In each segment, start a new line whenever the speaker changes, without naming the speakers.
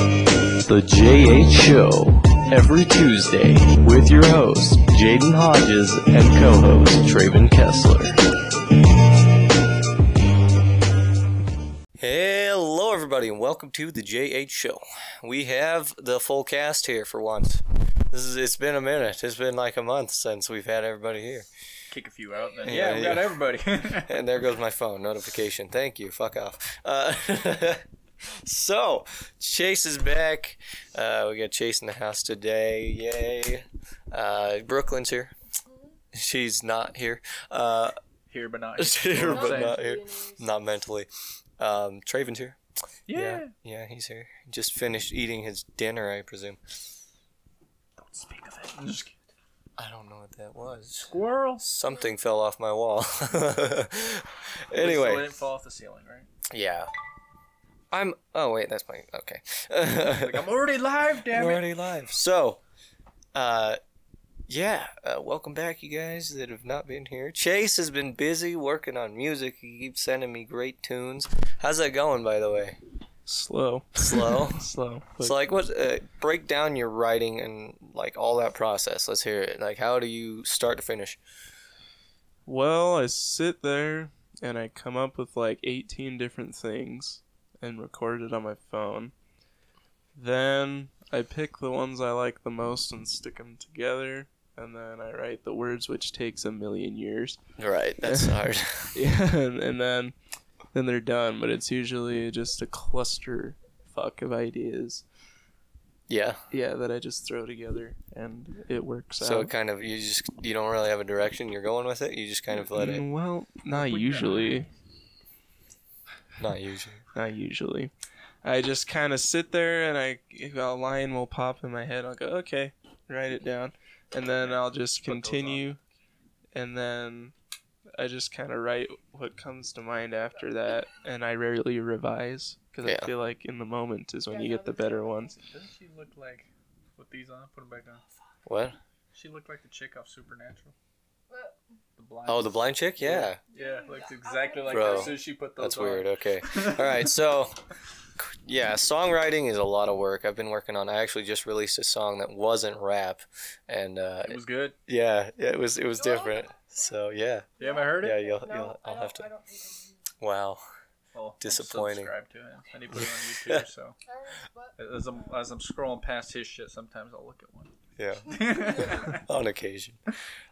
is the JH Show every Tuesday with your hosts, Jaden Hodges, and co host, Traven Kessler.
Hello, everybody, and welcome to the JH Show. We have the full cast here for once. This is, it's been a minute. It's been like a month since we've had everybody here.
kick a few out. Then.
Yeah,
Yeah, we got
yeah.
everybody.
And there goes my phone notification. Thank you. Fuck off. Uh, so, Chase is back. Uh, we got Chase in the house today. Yay. Uh, Brooklyn's here. She's not here. Uh,
here but not
here,
You know what I'm
but
saying?
not here. Not mentally. Um, Traven's here.
Yeah.
Yeah, yeah, he's here. Just finished eating his dinner, I presume.
Don't speak of it. I'm just kidding.
I don't know what that was.
Squirrel.
Something fell off my wall.
So it
anyway,
didn't fall off the ceiling, right?
yeah. I'm. Oh wait, that's my. Okay.
Like I'm already live, damn
We're
it.
already live. So, uh, yeah, uh, welcome back, you guys that have not been here. Chase has been busy working on music. He keeps sending me great tunes. How's that going, by the way?
Slow.
Slow.
Slow.
So like what uh, break down your writing and like all that process. Let's hear it. Like how do you start to finish?
Well, I sit there and I come up with like 18 different things and record it on my phone. Then I pick the ones I like the most and stick them together. And then I write the words, which takes a million years.
Right, that's hard.
Yeah, and, and then then they're done. But it's usually just a cluster fuck of ideas.
Yeah.
Yeah, that I just throw together and it works
So
out.
it kind of you just you don't really have a direction you're going with it. You just kind of let it.
Mm, Well, not
We-
usually.
Not usually.
Not usually. I just kind of sit there and I a line will pop in my head. I'll go, okay, write it down, and then I'll just
Put those on.
continue, and then I just kind of write what comes to mind after that, and I rarely revise because
Yeah.
I feel like in the moment is when you get the better ones.
Doesn't she look like with these on? Put them back on.
What?
She looked like the chick off Supernatural.
What?
The blind.
Oh, the blind chick. Yeah,
Yeah, looks exactly like
Bro,
her as soon as she put those
that's
on.
weird. Okay. All right. So, yeah, songwriting is a lot of work. I've been working on. I actually just released a song that wasn't rap, and uh,
It was good.
yeah, it was it was different. So yeah,
You haven't heard it?
yeah, you'll,
No,
you'll
I
I'll
don't-
have to.
I don't think I
Wow.
Well, I'm
Disappointing.
subscribed to it. I need to put it on YouTube. So
can. Alright, but-
as I'm as I'm scrolling past his shit, sometimes I'll look at one.
Yeah. on occasion.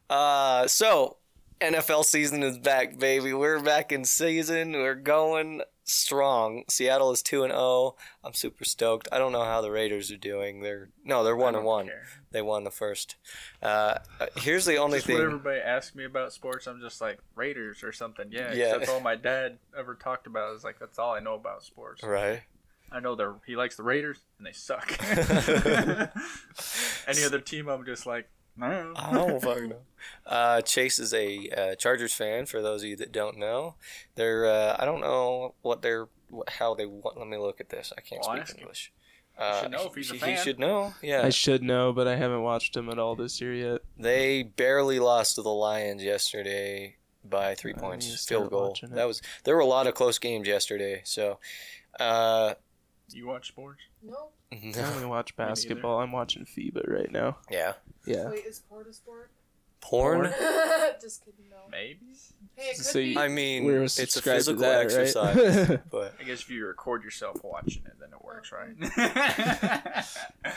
Uh, so NFL season is back, baby. We're back in season. We're going strong. Seattle is two and zero. I'm super stoked. I don't know how the Raiders are doing. They're no, they're one
I
and
don't
one.
care.
They won the first. Uh, uh, here's the only
just
thing.
what everybody asks me about sports, I'm just like Raiders or something. Yeah,
Yeah.
'cause that's all my dad ever talked about. Is like that's all I know about sports.
Right.
I know they're he likes the Raiders and they suck. Any other team, I'm just like I don't know.
I don't fucking know. Uh, Chase is a uh, Chargers fan. For those of you that don't know, they're uh, I don't know what they're what, how they want. Let me look at this. I can't
Well, ask
speak
him.
English. Uh,
should know if he's a
he,
fan.
He should know. Yeah,
I should know, but I haven't watched them at all this year yet.
they barely lost to the Lions yesterday by three
I
points.
need to
Field
start
goal.
Uh, watching it.
That was there were a lot of close games yesterday. So, uh,
You watch sports?
No.
I
no.
only watch basketball. I'm watching FIBA right now.
yeah,
Yeah.
Wait, is port a sport?
porn.
Just kidding, no.
Maybe.
Hey, it could
So you-
be.
I mean,
We're
it's a
subscribed to
physical
that, right?
exercise, but
I guess if you record yourself watching it, then it works, right?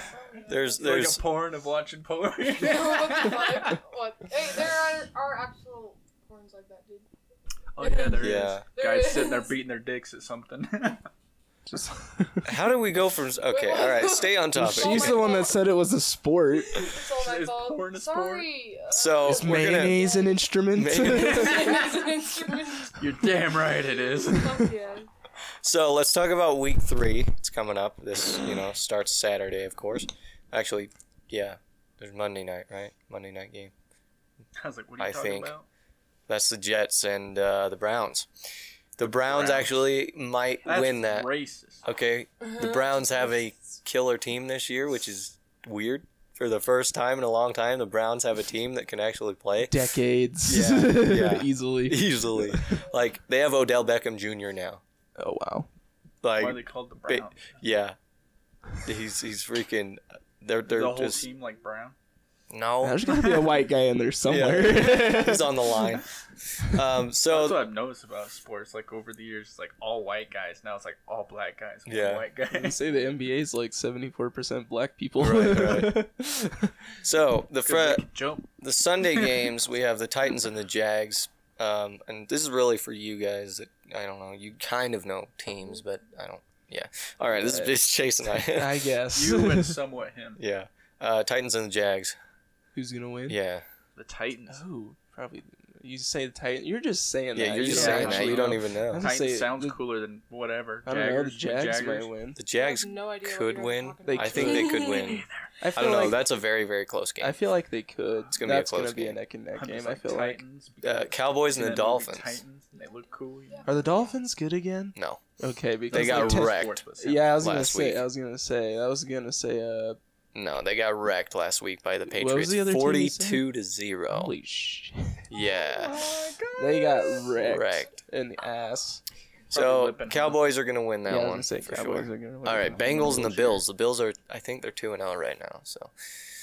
there's
like
there's
a porn of watching porn.
what? Hey, there are, are actual porns like that, dude.
oh yeah, there is.
Yeah.
There
Guys sitting there
is.
beating their dicks at something.
Just
How do we go from? Okay,
Wait,
all right.
what?
Stay on topic.
Oh
She's
my
the one
God.
that said it was a sport.
It's all my
Is
fault.
porn a sport?
Sorry. uh,
So
Is
we're gonna.
mayonnaise an instrument?
Mayonnaise.
it's an instrument.
You're damn right it is.
Fuck yeah.
So let's talk about week three. It's coming up. This you know starts Saturday, of course. Actually, yeah. There's Monday night, right? Monday night game.
I was like, what are you
I
talking
think.
about?
That's the Jets and uh, the Browns. The Browns
Browns.
actually might
That's
win that.
racist.
Okay. The Browns have a killer team this year, which is weird. For the first time in a long time, the Browns have a team that can actually play.
decades
Yeah, yeah.
easily
Easily. Like they have Odell Beckham Jr. now.
oh wow
Like
Why are they called the
Ba-
Browns?
yeah. He's he's freaking. They're they're
the whole
just
team like brown.
no.
There's gotta be a white guy in there somewhere.
Oh. He's on the line. Um.
That's
So
what I've noticed about sports. Like over the years, it's like all white guys. Now it's like all black guys. One
Yeah.
white
They
guys.
say the NBA's like 74% black people.
Right, so the Fred.
jump.
the Sunday games, we have the Titans and the Jags. Um, and this is really for you guys that I don't know. You kind of know teams, but I don't. Yeah. All right. This is just Chase and I.
I guess.
You and somewhat him.
yeah. Uh, Titans and the Jags.
Who's gonna win?
Yeah.
The Titans.
Oh, probably. You say the Titan. You're just saying that.
Yeah. You're
You
just
don't
saying that.
actually
You don't
know.
even know.
gonna
Titans
say
sounds
the-
cooler than whatever.
I don't know. The
Jaggers,
Jags
Jaggers.
might win.
The
I
Jags
have no idea what
could
you're
win.
talking
They
about.
I think they could win.
I
I
feel
don't know.
like
That's a very very close
I
game.
feel like they could.
It's gonna be a
That's
close
gonna be a
game.
neck and neck
I'm
game.
just
I
like,
feel like.
Titans because-
Uh, Cowboys
seen
and the
that movie,
Dolphins.
Titans. and They look cool. you know?
Are the Dolphins good again?
No.
Okay, because
They got
like, ten-
wrecked.
Yeah, I was gonna
last
say.
week.
I was gonna say. I was gonna say. Uh,
No, they got wrecked last week by the Patriots.
What was the other team you said? Oh,
Forty-two to zero.
holy sh!
yeah.
Oh
They got wrecked,
Wrecked.
in the ass.
So
whipping 'em.
Cowboys are gonna win that
yeah, I was
one
gonna say
for
Cowboys
sure.
are gonna win.
All right,
that one
Bengals and the
this year.
Bills. The Bills are, I think they're two and zero right now. So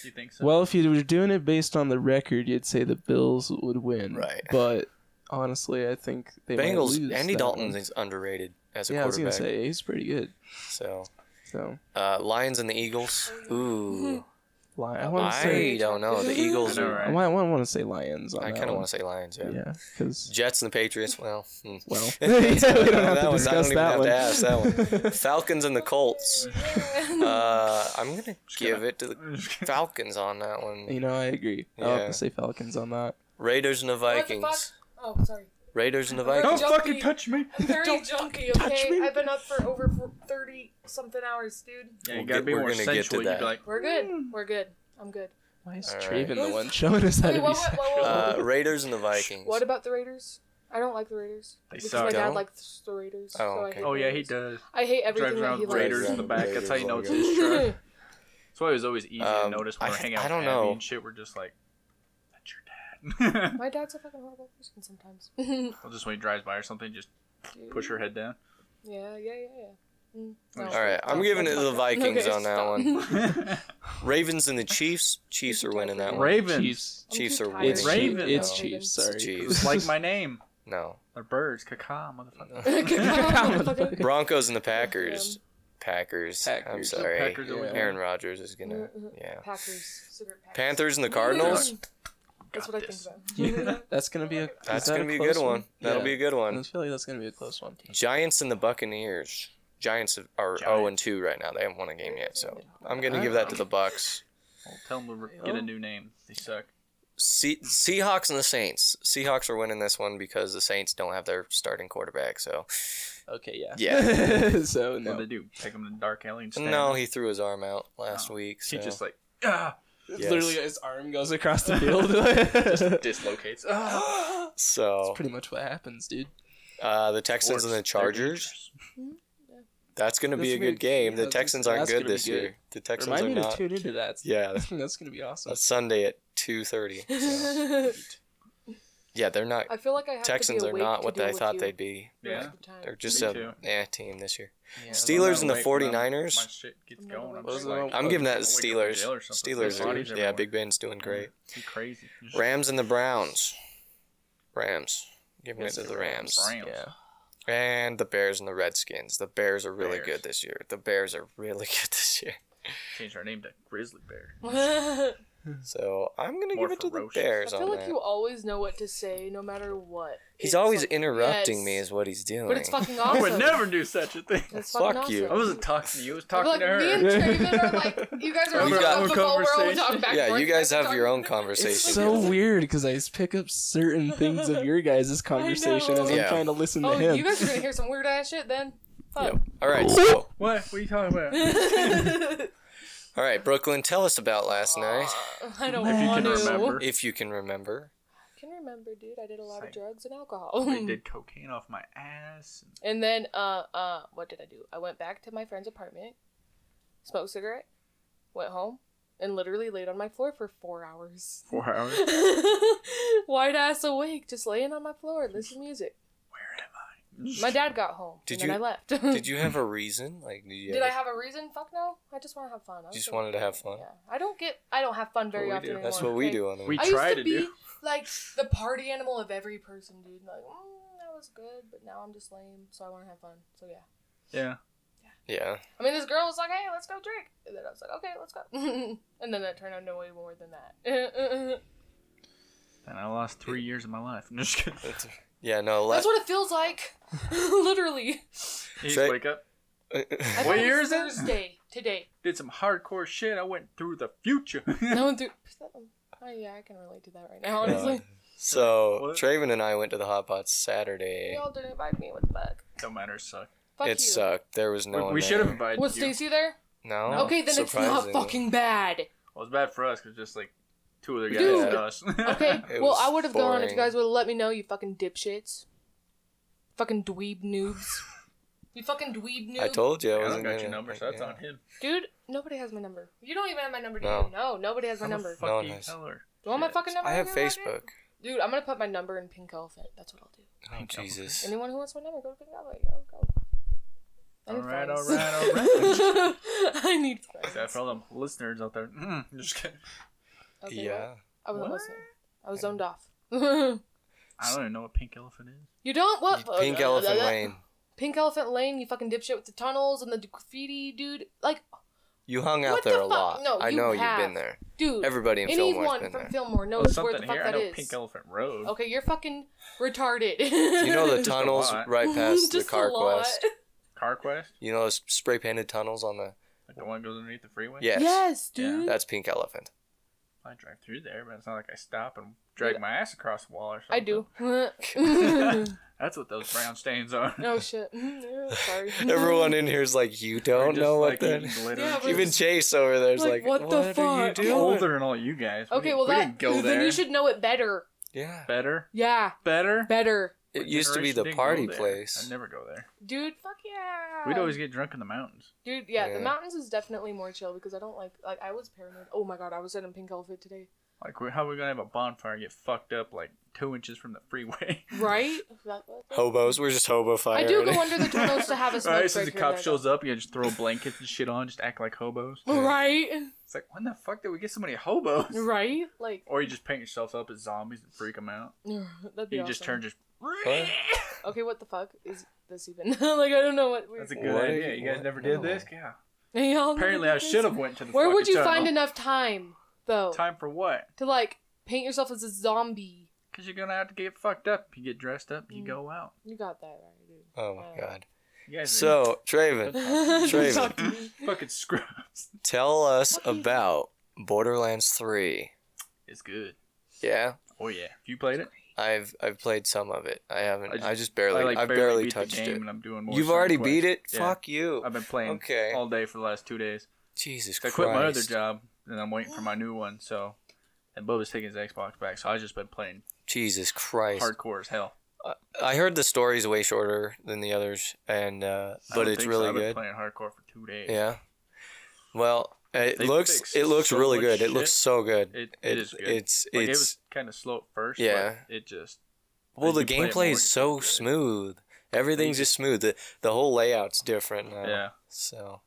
Do you think so?
Well, if you were doing it based on the record, you'd say the Bills would win.
Right.
But honestly, I think they might lose
Bengals. Andy
that
Dalton
one.
is underrated as a
yeah, I was
quarterback.
gonna say he's pretty good.
So
So
uh, Lions and the Eagles. Ooh,
Lion- I want to
I
say
don't know. The
I
Eagles.
know,
Are,
I
right?
might want to say Lions. On
I kind of want to say Lions. Yeah.
Yeah, because
Jets and the Patriots. Well, hmm.
well, yeah,
That's-
we
I
don't
know
have
that
to
one.
discuss
I don't even
that
have to ask that
one.
one. Falcons and the Colts. Uh, I'm gonna give it to the Falcons on that one.
You know, I agree. I'll
Yeah.
have to say Falcons on that.
Raiders and the
What the
Vikings.
Oh, sorry.
Raiders and the
Don't
Vikings.
Don't fucking touch
me.
I'm very junky, okay?
touch me.
I've been up for over 30 something hours, dude. Mm.
Yeah, you
We'll
gotta
get-
be
we're
more
gonna get to
sensual. You'd
that.
be like,
We're good. We're good. I'm good.
Why is
All right.
Traven the one showing us how
Wait,
to
what,
be
what,
sexual?
what, what,
Uh, Raiders and the Vikings.
what about the Raiders? I don't like the Raiders.
They
because
suck.
my dad
Don't?
likes the
Oh,
Raiders. so I
okay.
hate
oh
the
yeah, he
Raiders.
does.
I
Drives
hate everything that
around
he
with
likes.
Raiders in the back. That's how you know it's his truck.
Raiders.
That's why it was always easy
Um,
to notice when
I-
we're hanging out
I
with
don't
Abby
know.
and shit. We're just like, that's your dad.
my dad's a fucking horrible person sometimes. yeah,
Well, just when he drives by or something, just push her head down.
yeah, yeah, yeah. Mm, no.
All right, I'm
Stop,
giving it
stop,
to the
stop.
Vikings
Okay,
on that
stop.
one. Ravens and the Chiefs. Chiefs are winning that one.
Ra- Ravens.
Chiefs.
I'm
Chiefs
too
are
tired.
It's
winning.
Ravens.
Chiefs. It's
No.
Chiefs. Sorry.
Chiefs.
It's like my name.
No.
They're birds. Caca, motherfucker.
Motherfucker.
Broncos and the Packers.
Yeah.
Packers. I'm
Packers.
sorry.
Packers are
Yeah.
winning.
Aaron Rodgers is gonna.
Mm-mm.
Yeah.
Packers. Cigarette Packers.
Panthers and the Cardinals.
That's
Got
what I
this.
think about.
That's gonna be a.
That's
is that
gonna be a
close
good one. That'll
Yeah.
be a good
I
one.
just feel like that's gonna be a close one.
Giants and the Buccaneers. Giants are- are
Giants.
0 and 2 right now. They haven't won a game yet, so I'm gonna give that to the Bucks.
I'll tell them to re- get a new name. They suck.
Se- Seahawks and the Saints. Seahawks are winning this one because the Saints don't have their starting quarterback. So
Okay. Yeah.
Yeah.
so
What do
no.
they do? Take them to the dark alley and stand
no, he threw his arm out last
Oh.
week. So.
He just like ah,
Yes.
Literally, his arm goes across the field.
dislocates. Ah.
so
That's pretty much what happens, dude.
uh, the Texans
Sports,
and
they're
the Chargers.
dangerous.
That's going to be
That's
a
gonna
good
be-
game. The
that's-
Texans aren't
that's
good
gonna be
this
good.
year. The Texans
Remind
are
me
not.
to tune into that.
Yeah,
that's gonna be awesome.
that's Sunday at two thirty. Yeah, they're not.
I feel like I have
Texans
to be
are
awake
not
to
what
deal
I
with
thought
you
they'd be.
most
Yeah.
of the time.
They're just
Me
a
too.
eh team this year.
Yeah,
Steelers and the
Wake them up.
49ers.
My shit gets
I'm not
going.
awake.
I'm
Those
just
are the-
like,
I'm giving that to
Wake up in
Steelers.
jail or something.
Steelers are.
Bodies
Yeah,
everywhere.
Big Ben's doing great.
you crazy. Just-
Rams and the Browns. Rams. Giving it
Yes,
to the
the
Rams.
Rams.
Yeah.
And the Bears and the Redskins. The Bears are really
Bears.
good this year. The Bears are really good this year.
Change our name to Grizzly Bear.
So I'm gonna
More
give it to the
ferocious.
I
Bears
feel
on
like
that.
you always know what to say, no matter what.
He's
It's
always
like-
interrupting me,
Yes.
is what he's doing.
But it's fucking
I
awesome.
would never do such a thing.
It's
Fuck
fucking awesome.
you.
I wasn't talking to you. I was
I'd be
talking to
like, me and
her.
Traven are like, you guys are
We've
on
got-
top of the football world, we talk back and
yeah,
forth,
you guys
back and
have your
forth.
own conversation.
It's so weird because I pick up certain things of your guys' conversation as I'm
Yeah.
trying to listen to
Oh,
him.
you guys are gonna hear some weird ass shit then. Fuck.
Yep. All right, so
What? What are you talking about?
all right, Brooklyn, tell us about last night,
I don't
If you
want
can
to.
remember,
if you can remember.
I can remember, dude. I did a lot of
Same.
drugs and alcohol.
they did cocaine off my ass. and-
And then, uh, uh, what did I do? I went back to my friend's apartment, smoked a cigarette, went home, and literally laid on my floor for four hours.
Four hours.
Wide ass awake, just laying on my floor, listening to music.
Where am I?
My dad got home.
Did
and
you-
Then I left.
Did you have a reason? Like, did you?
Did I
ever-
have a reason? Fuck no. I just want to have fun. I was
just
like-
wanted to have fun.
Yeah. I don't get. I don't have fun very
we
often.
do.
anymore,
That's what we
okay?
do on the
We
I
try
used
to
to be
do.
like the party animal of every person, dude. Like, mm, that was good, but now I'm just lame, so I want to have fun. So yeah.
Yeah.
Yeah.
I mean, this girl was like, "Hey, let's go drink," and then I was like, "Okay, let's go," and then that turned out no way more than that.
And I lost three years of my life. I'm just kidding.
That's- yeah. No. Last.
That's what it feels like, literally.
You just
Say-
wake up.
I
What
thought it
year
was
is it?
Thursday today.
Did some hardcore shit. I went through the future.
No one through. Oh yeah, I can relate to that right now. Honestly,
so
What?
Traven and I went to the hot pot Saturday.
y'all didn't invite me. What the fuck?
Don't matter. Suck.
Fuck
it
you.
sucked. There was no
We-
one.
we should have
there.
invited
Was
you.
Stacy there?
uh, No.
okay, then it's not
surprisingly.
fucking bad.
Well, it's bad for us because just like two other guys
Dude.
and us.
Okay.
It
well,
was
I would have gone if
boring.
you guys would have let me know, you fucking dipshits. Fucking dweeb noobs. you fucking dweeb noob.
I told you I
I
wasn't
don't got
gonna-
your number, so that's
yeah.
on him.
Dude, nobody has my number. You don't even have my number, do
No.
you? No, nobody has my
How the
number.
fuck
No
do you
one has.
tell her?
you want my fucking number?
I have
in your pocket?
Facebook.
Dude, I'm gonna put my number in Pink Elephant. That's what I'll do.
Oh Jesus.
Anyone who wants my number, go to Pink Elephant. Go, go. I need
Alright,
friends.
alright, alright.
I need
Except
friends.
for all them listeners out there. Mm, I'm just kidding.
Okay, what?
yeah.
I wasn't
What?
listening. I was zoned off. you
I don't even know what pink elephant is.
don't? What? Uh,
Pink Elephant Lane.
Pink Elephant Lane, you fucking dipshit with the tunnels and the graffiti, dude. Like,
You hung out
What
there
the
a
fuck?
lot.
No,
I
you
know
have.
you've been there.
dude.
Everybody in Fillmore's
anyone
been
from
there.
Fillmore
Oh,
knows where the
something
fuck
here. I
that
know
is.
Pink Elephant Road.
okay, you're fucking retarded.
You know the
Just a
tunnels
lot.
right past the
Just a
car
lot.
quest.
Car Quest,
You know those spray painted tunnels on the
like the one that goes underneath the freeway.
Yes.
Yes,
Yeah.
dude.
That's Pink Elephant.
I drive through there, but it's not like I stop and drag my ass across the wall or something.
I do.
That's what those brown stains are.
oh shit. Sorry.
Everyone in here's like, you don't
Just,
know what
like,
that
eating
is.
glitter.
Yeah, but-
Even Chase over there's like,
Like, what the
Are you
fuck?"
I'm
doing?
older than all you guys. We
Okay,
didn't-
well
we
that
didn't go
then
there.
you should know it better.
Yeah.
better,
Yeah,
better.
better,
It
Our
used to be
generation
the
didn't
party
go there.
place.
I'd never go there.
dude. Fuck yeah.
We'd always get drunk in the mountains.
Dude, yeah,
Yeah.
the mountains is definitely more chill because I don't like like I was paranoid. Oh my god, I was in a pink elephant today.
Like, we- how are we gonna have a bonfire and get fucked up like two inches from the freeway?
Right? That-
Hobos, we're just hobo fire.
I do go under the tunnels to have a smoke
Alright,
break.
since the
here
cop
and there,
shows up, you just throw blankets and shit on, just act like hobos.
though. Right,
It's like, when the fuck did we get so many hobos?
right, like
Or you just paint yourself up as zombies and freak them out.
that'd be
You
awesome.
just turn just.
What?
Okay, what the fuck is this even? like I don't know what. We're...
That's a
What
good
are
idea.
you-
You guys
what?
never
No.
did this. Yeah.
Hey, y'all never
Apparently, I
did this?
should have went to the.
Where would
fucking
you find
tunnel.
enough time though
time for what?
to like paint yourself as a zombie?
Because you're gonna have to get fucked up. You get dressed up.
Mm.
You go out.
You got that right, dude.
Oh my god.
You guys are
So, Traven, Traven.
Talk to me.
fucking scrubs.
tell us
What do you-
about Borderlands 3.
It's good.
Yeah?
Oh yeah. If you played it,
I've I've played some of it. I haven't I
I
just,
just-
barely I
I like
have
barely,
barely,
beat
touched
the game,
it.
and I'm doing more.
You've already
side
beat it?
quests. Yeah.
Fuck you.
I've been playing
Okay.
all day for the last two days.
Jesus
I
Christ.
quit my other job, and I'm waiting for my new one. So, and Bubba's taking his Xbox back, so I've just been playing
Jesus Christ.
hardcore as hell.
I heard the story's way shorter than the others, and uh,
I
but
don't
it's
think so.
really
I've been
good.
playing hardcore for two days.
Yeah. Well, it
They
looks
fixed
it looks
so
really
much
good. It
shit.
looks so good.
It-
It-
it is good.
It's
Like, it
it's
was kind of slow at first. Yeah,
Yeah.
but it just
well, the
you play it more,
gameplay
you
is so
feel good.
smooth. Everything's just smooth. The, the whole layout's different now.
yeah,
So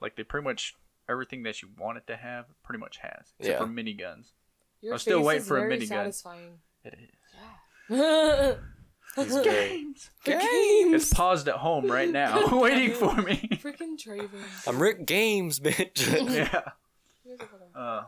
like they pretty much everything that you want it to have, it pretty much has, except
Yeah.
for miniguns.
Your
I'm still
face
waiting
is
for a
very
minigun.
Satisfying.
It is.
Yeah.
he's great.
It's paused at home right now, waiting for me.
Freaking Draven.
I'm Rick Games, bitch.
yeah.
You guys are fucking-
Uh,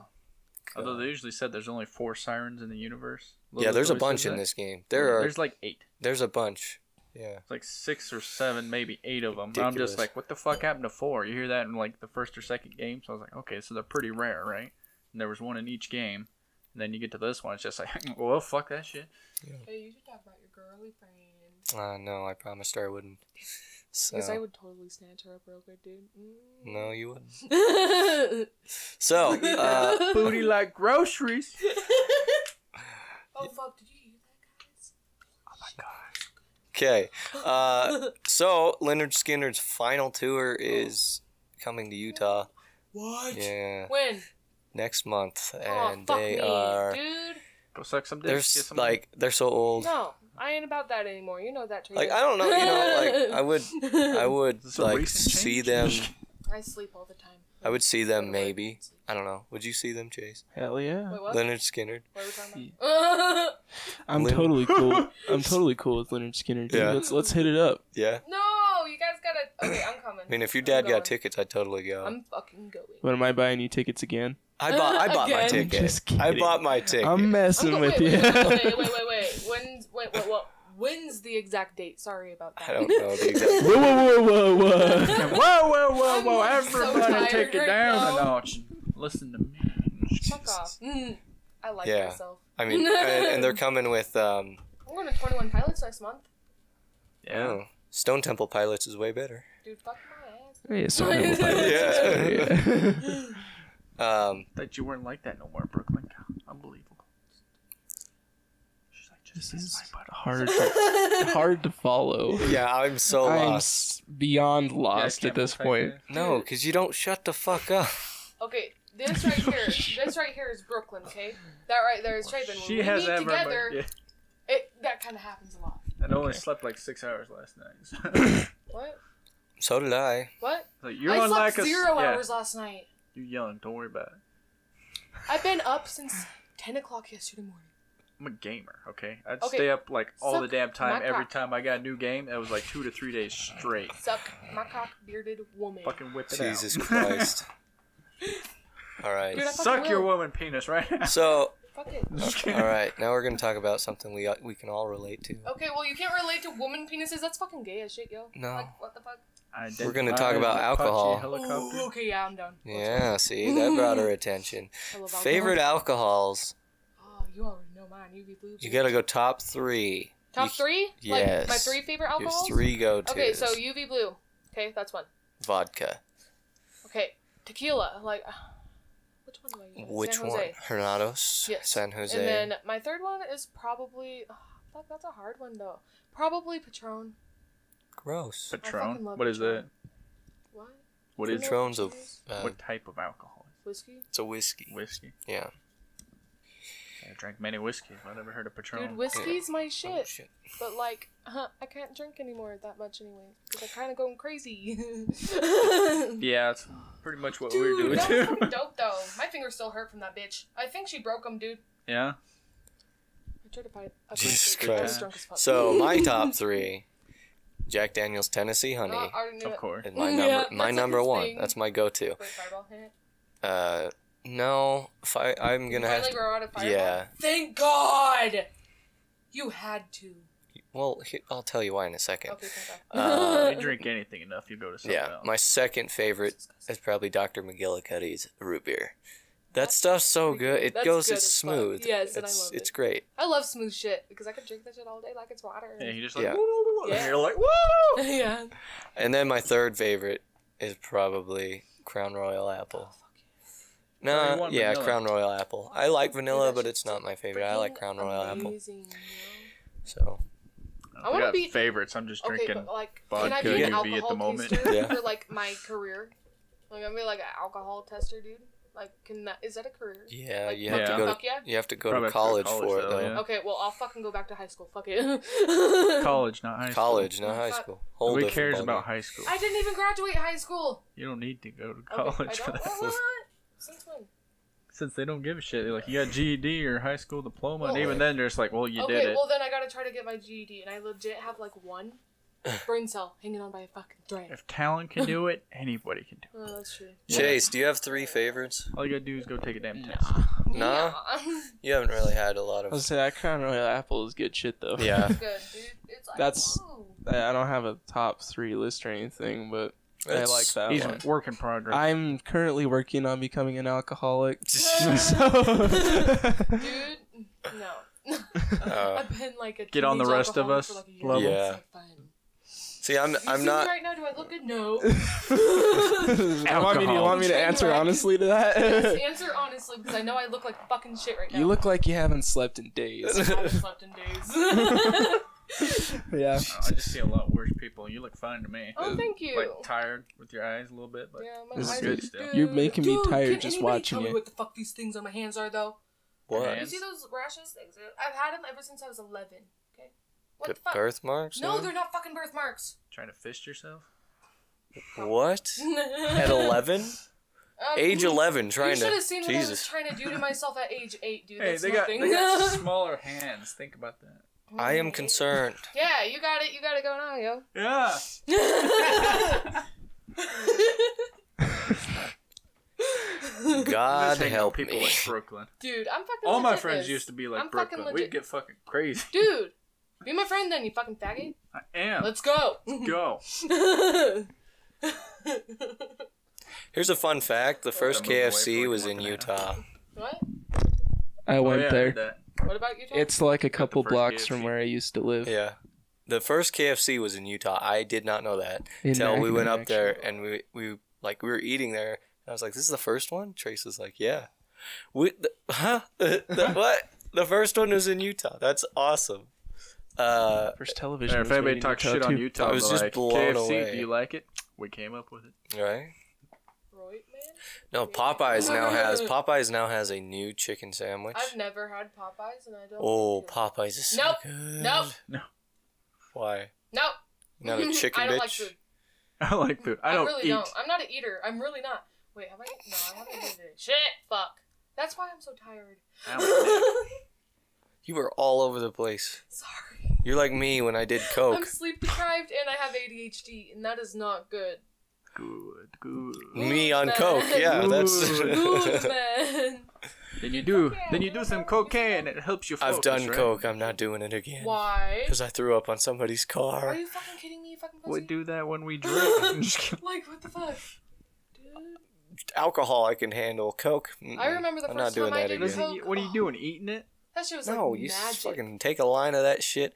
although they usually said there's only four sirens in the universe.
yeah, there's a
Lilith always
bunch
says
in
that.
this game. There are
There's like eight.
there's a bunch. Yeah.
It's like six or seven, maybe eight of them. I'm
Ridiculous.
just like, what the fuck happened to four? You hear that in like the first or second game, so I was like, okay, so they're pretty rare, right? And there was one in each game. And then you get to this one, it's just like, well, fuck that shit.
Hey, you should talk about your girly friend.
Uh, no, I promised her I wouldn't. So
Because I would totally snatch her up real good, dude. Mm.
no, you wouldn't.
oh
So uh,
Booty like groceries.
Oh, fuck! Did you hear that, guys?
Okay. Uh, so Leonard Skinner's final tour is coming to Utah. What? Yeah.
When?
Next month,
oh
and
fuck
they
me,
are
dude.
Go suck some dick.
they're
get
s-
some
like they're so old.
No, I ain't about that anymore. You know that. Trader.
Like I don't know, you know, like I would I
Is
would
this a
like
recent
see
change?
them
I sleep all the time.
I would see them maybe. I don't know. Would you see them, Chase?
Hell yeah.
Wait, what?
Leonard Skinner.
What are we talking about?
I'm
Lin-
totally cool. I'm totally cool with Leonard Skinner, dude.
Yeah.
Let's let's hit it up.
Yeah.
no, you guys gotta. Okay, I'm coming.
I mean, if your
I'm
dad
going.
got tickets, I'd totally go.
I'm fucking going.
When am I buying you tickets again?
I bought I bought my
Again.
ticket.
Just
I
kidding.
bought my ticket.
I'm messing
I'm go-
with
Oh, wait,
you.
Wait, wait, wait, wait, wait, wait. When's wait, wait, what? When's the exact date? Sorry about that.
I don't know the exact
whoa, whoa, whoa, whoa, whoa.
whoa, whoa, whoa,
I'm,
whoa!
like, so
Everybody,
tired
take it
right
down
now.
a notch. Listen to me.
Fuck off. Mm, I like
Yeah.
myself.
I mean, and, and they're coming with um
I'm going to 21 Pilots next month.
I don't know, oh, Stone Temple Pilots is way better.
Dude, fuck my ass.
Hey, so I don't
Yeah.
like- Yeah.
Um
That you weren't like that no more, Brooklyn. God, unbelievable. She's like,
this
just
is
kiss my butt.
hard, to, hard to follow.
yeah, I'm so
I'm
lost.
s- beyond
Yeah, I
lost
can't
at this
multitask
point.
there.
No, because you don't shut the fuck up.
Okay, this right
Oh,
here, this right here is Brooklyn, okay? That right there is Traven. When
She
we
has
meet
everybody.
together,
Yeah.
it, that kind of happens a lot.
And I only slept like six hours last night. so-
What?
So did I.
What?
so you're
I
on
slept
like a s-
zero
yeah,
hours last night.
You're young. Don't worry about it.
I've been up since 10 o'clock yesterday morning.
I'm a gamer. Okay, I'd
Okay,
stay up like all the
suck
damn time.
my
Every
cock.
time I got a new game, that was like two to three days straight.
Suck my cock bearded woman.
Fucking whip it out.
Jesus Christ. All right.
Dude, I fucking
Suck your
will.
woman penis right now.
So,
Fuck it.
Just
all
kidding.
right, now we're gonna talk about something we uh, we can all relate to.
Okay, well, you can't relate to woman penises. That's fucking gay as shit, yo.
No.
Like, what the fuck?
We're gonna talk about
Apache
alcohol.
helicopter.
Ooh, okay, yeah, I'm done.
Yeah, see, that brought our attention.
I love alcohol.
Favorite alcohols?
Oh, you already know mine. You be blue.
You gotta go top three.
Top
You-
three? Like, my
yes.
three favorite
Your
alcohols?
three go to.
Okay, so UV blue. Okay, that's one.
vodka.
Okay, tequila. Like, uh, which one do I use?
Which
San
one?
Jose.
Hernados.
Yes.
San Jose.
And then uh, my third one is probably. ah, fuck, that's a hard one though. Probably Patron.
Gross.
Patron.
fucking love
What is
Patron.
that?
What?
What is?
Patron.
Patrons of. Uh,
What type of alcohol?
Whiskey?
It's a whiskey.
Whiskey.
Yeah.
I drank many whiskeys. but I never heard of Patron.
Dude, whiskey's my shit.
Oh, shit.
But like, uh, I can't drink anymore that much anyway because I'm kind of going crazy.
yeah, that's pretty much what we were
Dude,
doing
that was
too.
fucking dope though. My fingers still hurt from that bitch. I think she broke them, dude.
yeah.
I tried to fight. I
Jesus
broke it. I was
Christ.
drunk as fuck.
So my top three: Jack Daniel's Tennessee Honey.
Uh, I already knew
Of
it.
course.
And my
Yeah,
number,
that's
my
like
number
his
one.
thing.
That's my go-to.
Wait, fireball hit.
Uh, no, fi- I'm gonna have.
Finally,
To,
we're out of fireball.
yeah.
Thank God. You had to.
Well, he- I'll tell you why in a second.
Okay, thank
Uh,
God.
you drink anything enough, you go to something
Yeah,
else.
my second favorite is probably Dr. McGillicuddy's root beer. That stuff's so good. It
That's
goes.
good
it's
as fuck.
smooth.
Yes, and I
it's
love
it's
it.
great.
I love smooth shit because I could drink that shit all day like it's water.
Yeah, you just like.
Yeah.
And you're like, whoa!
yeah.
And then my third favorite is probably Crown Royal
Oh,
Apple.
Or you
No,
want
yeah,
vanilla.
Crown Royal Apple. I like vanilla,
that
but
shit's
it's not my favorite. I like Crown Royal Apple.
Amazing, yo.
So
I wanna
got
be-
favorites. I'm just
Okay,
drinking.
but like, can I
vodka
be an
UV at the
alcohol
moment.
taster
Yeah.
for like my career? Like, I'm gonna be like an alcohol tester, dude. Like, can that is that a career?
yeah,
Like,
you
fuck
have to
yeah,
go.
fuck
To,
yeah.
you have to go
Probably
to
have to go
college
to college,
for it
though,
though.
yeah.
Okay, well, I'll fucking go back to high school. Fuck it.
college, not high school.
College, not high
Fuck.
school. Whole
Nobody
different
cares
ballgame.
about high school.
I didn't even graduate high school.
You don't need to go to
Okay,
college
I
for
don't.
that.
What? Since when?
Since they don't give a shit. They're like, you got GED or high school diploma. and
Well,
even then, they're just like, well, you
okay,
did it.
well then I gotta try to get my GED, and I legit have like one brain cell hanging on by a fucking thread.
if Talon can do it, anybody can do
Oh, that's true.
Chase, do you have three favorites?
it. All you gotta do is go take a damn test.
Nah.
Yeah.
You haven't really had a lot
I was
of.
say that Crown Royal apple is good shit though.
Yeah,
Good, dude. It's like,
That's-
whoa.
I I don't have a top three list or anything, but I
It's-
like that
He's
one.
work in progress.
I'm currently working on becoming an alcoholic. so
dude. No,
Uh,
I've been like a
Get on the
teenage
rest of
alcoholic
us
for, like, a year.
level.
Yeah.
It's not fun.
see, I'm
You
I'm
see
not.
Me right now, do I look good? No.
I want me, do you want me to answer honestly to
Just
that?
answer honestly, because I know I look like fucking shit right now.
you look like you haven't slept in days.
I haven't slept in days.
yeah.
Oh, I just see a lot worse people. You look fine to me.
oh, thank you.
Like tired with your eyes a little bit, but
yeah, my
This is
eyes
good
are-
still.
You're making me
Dude,
tired
can
just
anybody
watching
tell me
it.
what the fuck these things on my hands are though?
What?
You see those rashes? Things? I've had them ever since I was 11. Okay. What
B-
the fuck?
birthmarks?
no,
maybe?
they're not fucking birthmarks.
Trying to fist yourself?
What? At 11?
Um,
Age 11,
You
trying
should
to.
have seen what I was
Jesus.
trying to do to myself at age eight, dude.
Hey,
That's
they got,
nothing.
they got smaller hands. Think about that.
I am concerned.
yeah, you got it. You got it going on, yo.
Yeah.
God
Just hang out
Uh, help
people
me.
like Brooklyn.
Dude, I'm fucking.
All my
legit
friends
this.
used to be like
I'm fucking
Brooklyn.
legit.
We'd get fucking crazy.
Dude, be my friend then, you fucking faggot.
I am.
Let's go.
go.
Here's a fun fact the first
I'm moving away
KFC
from
was
fucking
in
that.
Utah.
what?
I
Oh,
went
yeah, I
there.
did that.
What about you? Tom?
It's like a couple
first
blocks
KFC.
from where I used to live.
Yeah. The first KFC was in Utah. I did not know that
In
until we
Acton,
went up there
actually.
and we, we like we were eating there. And I was like, "This is the first one." Trace is like, "Yeah." We the, huh? The, the- what? The first one was in Utah. That's awesome. Uh,
First television.
There, if
was made
anybody
in
talks
Utah,
shit on
too.
Utah,
I was
they're
just
like,
blown
KFC,
away.
do you like it? We came up with it.
right?
Right, man?
No, Popeyes now has Popeyes now has a new chicken sandwich.
I've never had Popeyes and I don't.
Oh,
want to.
Popeyes is so
Nope.
good.
Nope.
Why?
Nope.
Not a chicken
I don't
bitch.
like food.
I like food. I
I,
don't
really
eat.
don't. I'm not an eater. I'm really not. Wait, have I? No, I haven't eaten it. Shit, fuck. That's why I'm so tired.
I don't eat.
You were all over the place.
Sorry.
You're like me when I did coke.
I'm sleep deprived and I have ADHD, and that is not good.
Good, good.
me on coke. Yeah,
Good,
that's.
man.
Then you do. Then you do some cocaine. It helps you. Focus,
I've done
right?
coke. I'm not doing it again.
Why?
Because I threw up on somebody's
Are
car.
you fucking kidding me? You fucking pussy.
We do that when we drink. I'm just kidding.
Like what the fuck?
Alcohol I can handle. Coke. mm-mm.
I remember the
I'm
first
not doing
time I
that
did
again.
Doesn't-
coke.
what are you doing? Eating it?
That shit was like
No, you
magic.
s fucking take a line of that shit.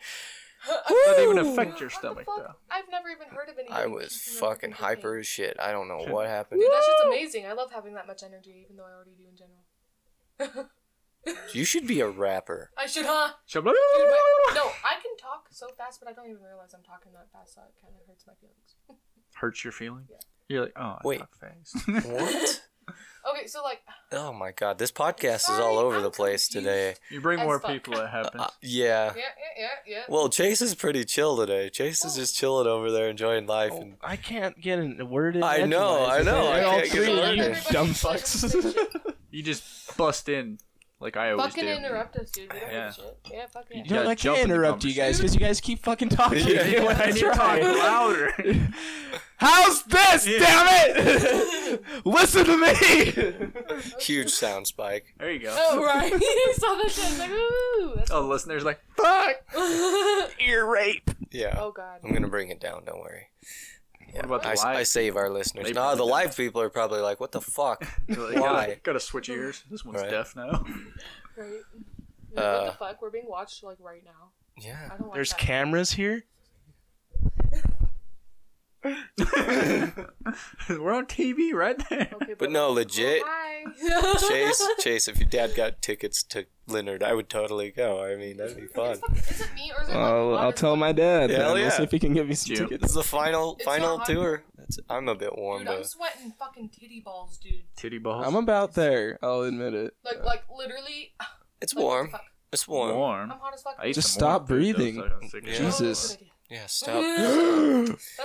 What
Doesn't even affect your
the
stomach
fuck?
though.
I've never even heard of any.
I
like,
was
keeping up
fucking
with anything.
hyper as shit. I don't know what happened.
Dude, that shit's amazing. I love having that much energy, even though I already do in general.
You should be a rapper.
I should, huh?
Shabla-
Dude, but- no, I can talk so fast, but I don't even realize I'm talking that fast, so it kind of hurts my feelings.
Hurts your feeling. You're like, oh, I
Wait.
talk fast.
What?
Okay, so like,
Oh my god, this podcast is all
Sorry,
over
I'm
the place
confused.
today.
you bring
As
more
fuck.
people. It happens.
Uh, yeah.
yeah, Oh. yeah, yeah, yeah.
Well, Chase is pretty chill today. Chase is just chilling over there enjoying life.
Oh,
And
I can't get a word in.
I know, I
edgewise.
know, I
They're all
can't get
three
a
of
word
you
in.
dumb fucks.
You just bust in like I always
Fucking
do.
interrupt us, dude. We don't
Yeah.
give a shit. Yeah, fuck yeah.
No,
Yeah,
I
jump
can't
in the
interrupt you guys because you guys keep fucking talking.
Yeah.
to me when I
And you talk
try.
louder.
How's this?
Yeah.
Damn it! Listen to me.
huge sound spike.
There you go.
Oh, right. I saw that shit. I was like, ooh. That's...
Oh, listeners, like
Fuck. Ear rape.
Yeah.
oh, God.
I'm gonna bring it down. Don't worry.
what about the
I, I
live?
save our listeners.
They
Nah, the
probably
live people are probably like, "What the fuck?"
Gotta-
Why?
Gotta switch ears. This one's
Right.
deaf now.
Right. what
Uh,
the fuck? We're being watched, like, right now.
Yeah.
I don't like
There's
that.
cameras here.
We're on TV right there.
Okay,
But no, legit,
Hi.
Chase, Chase. If your dad got tickets to Leonard, I would totally go. I mean, that'd be fun.
Is it me or is it like,
I'll, I'll
honest-
tell my dad.
Hell
then. We'll
yeah.
see if he can give me some
Jim.
This
tickets.
is the final
It's
final
not hot.
tour. That's, I'm a bit warm,
Dude, I'm
but
sweating fucking titty balls, dude.
Titty balls.
I'm about there. I'll admit it.
Like, like literally. like,
it's
what the
warm.
fuck?
It's
warm.
warm.
I'm hot as fuck.
I ate
Just
some warm
stop
food, though,
breathing.
so I got sick.
Yeah.
Oh, that's a
Jesus.
good idea.
Yeah, stop.
That's like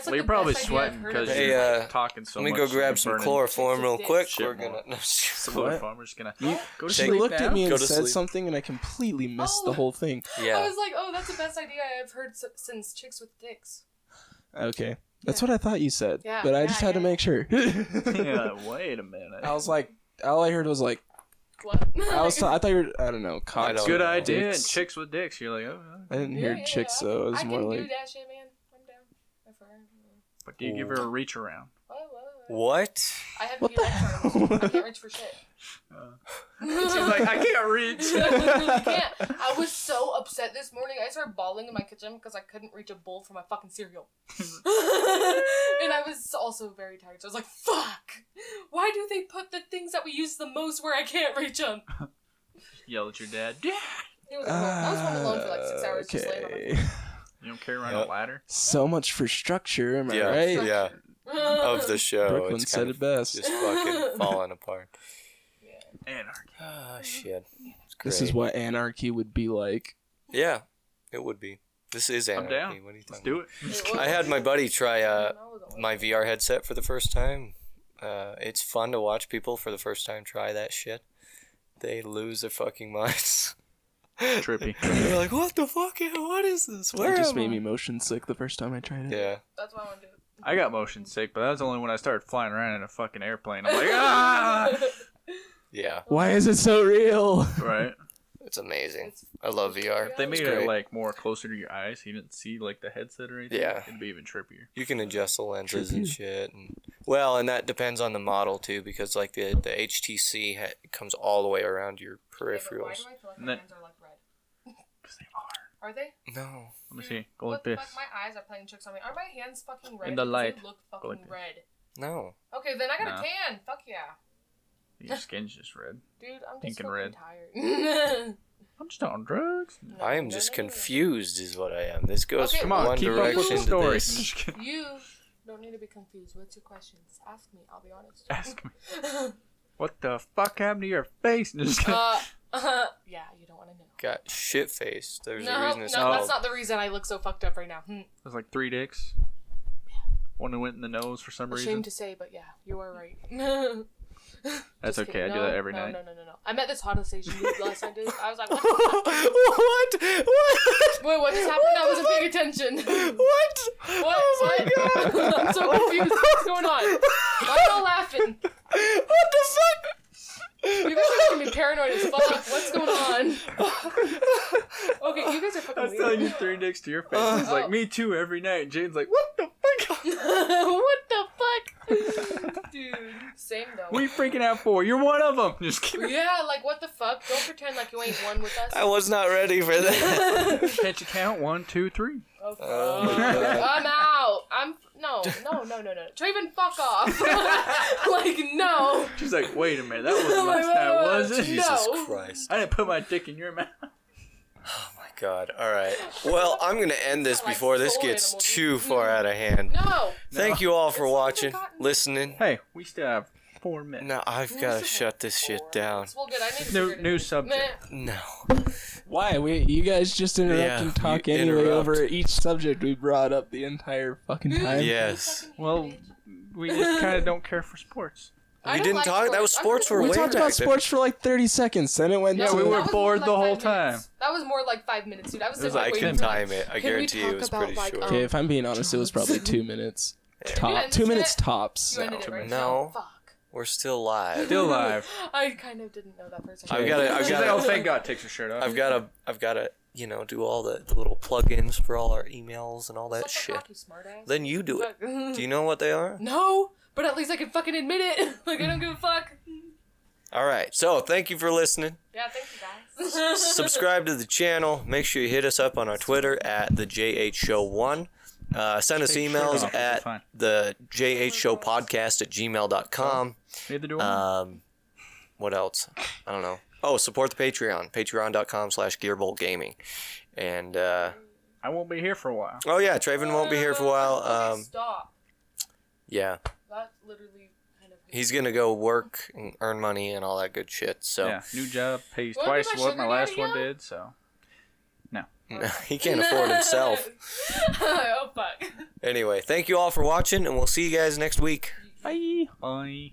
Well, you're
the
probably
best idea I've
sweating
heard of.
because
Hey,
you're
uh,
like, talking so
Let me
much.
go
and
grab
you're
some
burning-
chloroform real quick.
Shit
We're
more.
gonna. No,
Some other farmer's gonna. go to
She
Shake
sleep
looked
now.
at me
Go
and
to
said
sleep.
something, and I completely missed
Oh.
the whole thing.
I
yeah.
was like, oh, that's the best idea I've heard s- since chicks with dicks.
Okay, that's what I thought you said,
Yeah,
but I
yeah,
just had to
yeah.
make sure.
yeah, wait a minute.
I was like, all I heard was like,
What?
I was. I thought you were. I don't know. Cocks.
I don't
Good
know.
idea.
Dicks.
And chicks with dicks. You're like, oh, oh.
I didn't hear chicks though. It was
I
more
can
like.
do that shit, man. I'm down. I'm for it.
but do you give her a reach around?
Whoa, whoa, whoa.
What?
I have
What
to
the
hell? I
hell?
can't reach for shit.
She's like, I can't reach.
I literally can't. I was so upset this morning. I started bawling in my kitchen because I couldn't reach a bowl for my fucking cereal. and I was also very tired. So I was like, fuck! Why do they put the things that we use the most where I can't reach them?
Yell at your dad. Dad.
It was, I was home alone for like six
Ah,
hours just laying on my
Okay.
You don't carry around
Yep.
a ladder.
So much for structure, am I
Yeah.
right?
Structure.
Yeah. Of the show.
Brooklyn
it's
said
kind
it
of
best.
just fucking falling apart.
Anarchy.
Ah, shit. It's
This is
great.
what anarchy would be like.
Yeah, it would be. This is anarchy.
down.
What are you
Let's
talking
do it.
It
I had my buddy try uh,
was-
my VR headset for the first time. Uh, it's fun to watch people for the first time try that shit. They lose their fucking minds.
Trippy.
They're like, "What the fuck? What is this? Where
It just
am
made
I?"
me motion sick the first time I tried it.
Yeah.
That's why I want to do it.
I got motion sick, but that was only when I started flying around in a fucking airplane. I'm like, ah,
Yeah.
Why is it so real?
right.
It's amazing.
It's-
I love VR.
If they
It's
made it
great.
like more closer to your eyes, so you didn't see like the headset or anything.
Yeah.
it'd be even trippier.
You can adjust the lenses and shit. And, well, and that depends on the model too, because like the the HTC ha- comes all the way around your
Yeah, but why
peripherals.
do I feel like
And
my
then-
hands are like red?
'Cause they are.
Are they?
No.
Let me
Dude,
see. Go
what
like
the
this.
fuck? My eyes are playing tricks on me. Are my hands fucking red?
the
Because
light.
They look
Go like
fucking
this.
red.
No.
Okay, then I got
Nah.
a tan. Fuck yeah.
Your skin's just red.
Dude, I'm
Pink
just
and
fucking
red.
tired. No,
I'm just on drugs.
I
no,
am just
no, no.
confused, is what I am. This goes
Okay,
from
Come on,
one
keep up with
direction
the
to
story.
this.
Just kidding.
You don't need to be confused. What's your questions? Ask me. I'll be honest.
Ask me. What the fuck happened to your face? Just kidding.
uh, uh, yeah, you don't want to know.
Got shit faced. There's
no,
a reason it's
no,
called.
that's not the reason I look so fucked up right now. Hmm.
There's like three dicks. One who went in the nose for some reason.
Ashamed to say, but yeah, you are right. That's
That's okay. I do that every
no,
night.
No, no, no, no. I met this hottest Asian dude last time. dude. I was like, what? the fuck?
what? What?
Wait, what just happened? I wasn't paying attention.
What? Oh
What? what? I'm so confused. What's going on? Why are y'all laughing?
What the fuck?
You guys are making me paranoid as fuck. What's going on? Okay, you guys are
I
fucking
was telling you
weird.
three dicks to your face. It's
Oh.
like me too every night. And Jane's like, what the fuck?
what the fuck? Dude, same though.
We freaking out for you're one of them. Just kidding.
yeah, like what the fuck? Don't pretend like you ain't one with us.
I was not ready for that.
Can't you count one, two, three?
Oh, fuck.
Oh my God.
I'm out. I'm no, no, no, no, no. Traven, fuck off. like no.
She's like, wait a minute, that was
Wait,
last
wait,
night,
wait,
was it?
wait.
Jesus
No.
Christ.
I didn't put my dick in your mouth.
My God. All right. Well, I'm going to end this
Like
before this
soul
gets
animal, dude.
too far out of hand.
No.
Thank you all for
It's
watching,
forgotten.
listening.
Hey, we still have four minutes.
Now I've got to shut this shit down.
Well, good. I need to
New,
figure it
new
out.
subject.
Meh.
No.
Why? We you guys just interrupt
Yeah,
and talk
you
anyway
interrupt.
over each subject we brought up the entire fucking time.
Yes.
Well, we just kind of don't care for sports.
I
We
don't
didn't
like
talk. That was sports
I'm
for
gonna-
We
Way
talked
back
about
then.
sports for like thirty seconds, then it went
Yeah,
to
we
that
were
was more
bored the
five
whole
minutes. That was more like five minutes, dude. I was,
It was
like,
I
like
waiting
can
for
ten
like-
time it. I
Can we
guarantee
talk
you it was
about,
pretty
like,
short.
um,
Okay, if I'm being honest, it was probably two minutes.
You
Top
ended
two minutes
it.
tops.
You ended it,
No.
right?
No.
Fuck.
We're still live.
Still alive.
I kind of didn't know that for a second.
I've got to. I've
She's like, oh,
got to.
thank God, takes her shirt off.
I've got to. I've got to. You know, do all the, the little plugins for all our emails and all that
Shut the
shit.
fuck, you smartass.
Then you do it.
Fuck.
Do you know what they are?
No, but at least I can fucking admit it. like I don't give a fuck.
All right. So thank you for listening.
Yeah, thank you guys.
subscribe to the channel. Make sure you hit us up on our Twitter at the JH Show One. Uh, send us
Take your shirt
emails
off, it'll be fine.
at the JH Show Podcast at gmail.com.
Neither do I.
Um, what else? I don't know. Oh, support the Patreon, patreon.com slash Gearbolt Gaming. And, uh,
I won't be here for a while.
oh yeah, Traven won't be here for a while.
Okay,
Um,
stop.
yeah,
That literally kind of.
he's going to go work and earn money and all that good shit. So
Yeah, new job pays
Wanna be
twice
my
what my
sugar
last
daddy
one
now?
did. So
he can't afford himself.
oh fuck.
Anyway, thank you all for watching and we'll see you guys next week.
bye.